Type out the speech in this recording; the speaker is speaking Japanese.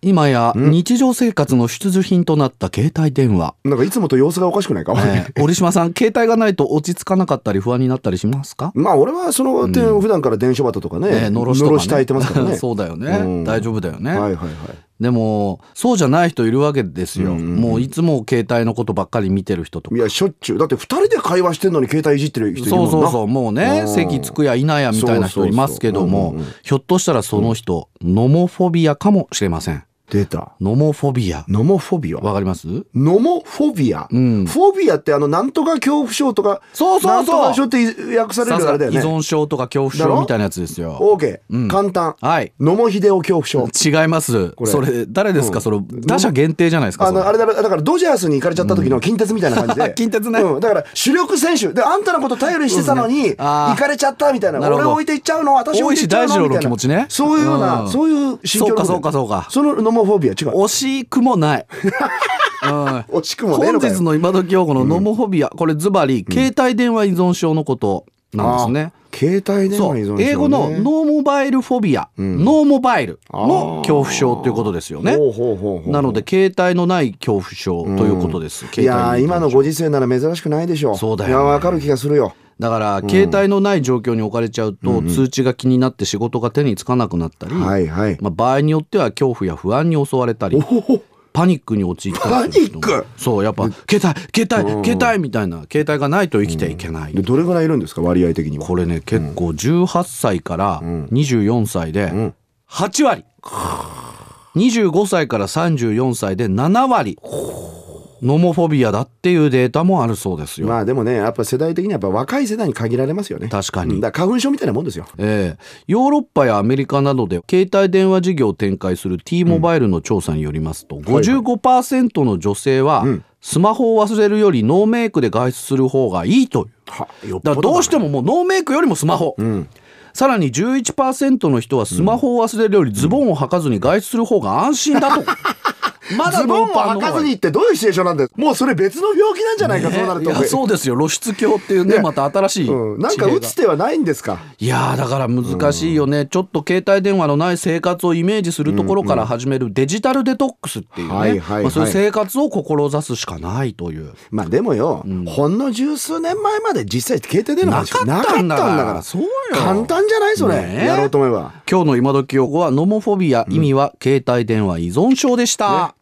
今や日常生活の必需品となった携帯電話、なんかいつもと様子がおかしくないか、ねえ折島さん携帯がないと落ち着かなかったり不安になったりしますかまあ俺はその点、普段から電書バトとかね、ねえののろろししとかね炊いてますからね。 そうだよね、うん大丈夫だよね、はいはいはい。でもそうじゃない人いるわけですよ、うんもういつも携帯のことばっかり見てる人とかいや、しょっちゅう。だって二人で会話してんのに携帯いじってる人いるそもんうな。そうそうもうねうん席つくやいなやみたいな人いますけどそうもそうそううんうんひょっとしたらその人ノモフォビアかもしれません出た。ノモフォビアノモフォビア。わかりますノモフォビア。うんフォビアってあの、なんとか恐怖症とか、そうそうそうなんとか症って訳されさるすあがれだよ依ね。存症とか恐怖だろ症みたいなやつですよオーケうー。ん簡単。はい野茂秀夫恐怖症。違いますれそれ誰ですかそれ打者限定じゃないですかあそれの、あれだろ、だからドジャースに行かれちゃった時の近鉄みたいな感じで。 近鉄ねうん。だから主力選手。で、あんたのこと頼りにしてたのに、あー行かれちゃったみたいな。なるほ俺どを置いていっちゃうの、私を置いていっちゃう大の。石大二郎のみたいな気持ちねそういうような、うんそういう心境のことそうかそうかそうかそのノモフォビア違う。惜しくも ないうん惜しくもねえ本のかよ日の今時用語のノモフォビアこれズバリ携帯電話依存症のことなんですねあー携帯電そ話依存症、うね。英語のノーモバイルフォビア、ノーモバイルの恐怖症ということですよね。ほうほうほうほうなので携帯のない恐怖症ということです。い携や帯ーに今のご時世なら珍しくないでしょそうだよいねやわかる気がするよだから携帯のない状況に置かれちゃうと、通知が気になって仕事が手につかなくなったり、はいはい まあ、場合によっては恐怖や不安に襲われたりパニックに陥ったりする人もパニックそうやっぱ携帯携帯携帯みたいな携帯がないと生きていけないでどれぐらいいるんですか割合的にはこれね結構18歳から24歳で8割、25歳から34歳で7割ノモフォビアだっていうデータもあるそうですよ、まあでもねやっぱ世代的にはやっぱ若い世代に限られますよね確かにうんだから花粉症みたいなもんですよええヨーロッパやアメリカなどで携帯電話事業を展開する T モバイルの調査によりますと、55%の女性はスマホを忘れるよりノーメイクで外出する方がいいというはよだっぽどからだどうしてももうノーメイクよりもスマホ、さらに11%の人はスマホを忘れるよりズボンを履かずに外出する方が安心だと、まだズボンをノパの履方かがずいいにってどういうシチュエーションなんだよもうそれ別の病気なんじゃないか、そうなるいとやそうですよ露出狂っていうねまた新しい、うん、なんか打つ手はないんですかいやーだから難しいよね、ちょっと携帯電話のない生活をイメージするところから始めるデジタルデトックスっていうね、はいはいはいまあ、そういう生活を志すしかないという。まあでもよ、ほんの十数年前まで実際携帯電話なかったんだからなそうよ簡単じゃないそれ、ねえやろうと思えば今日の今時用語はノモフォビア、意味は携帯電話依存症でした。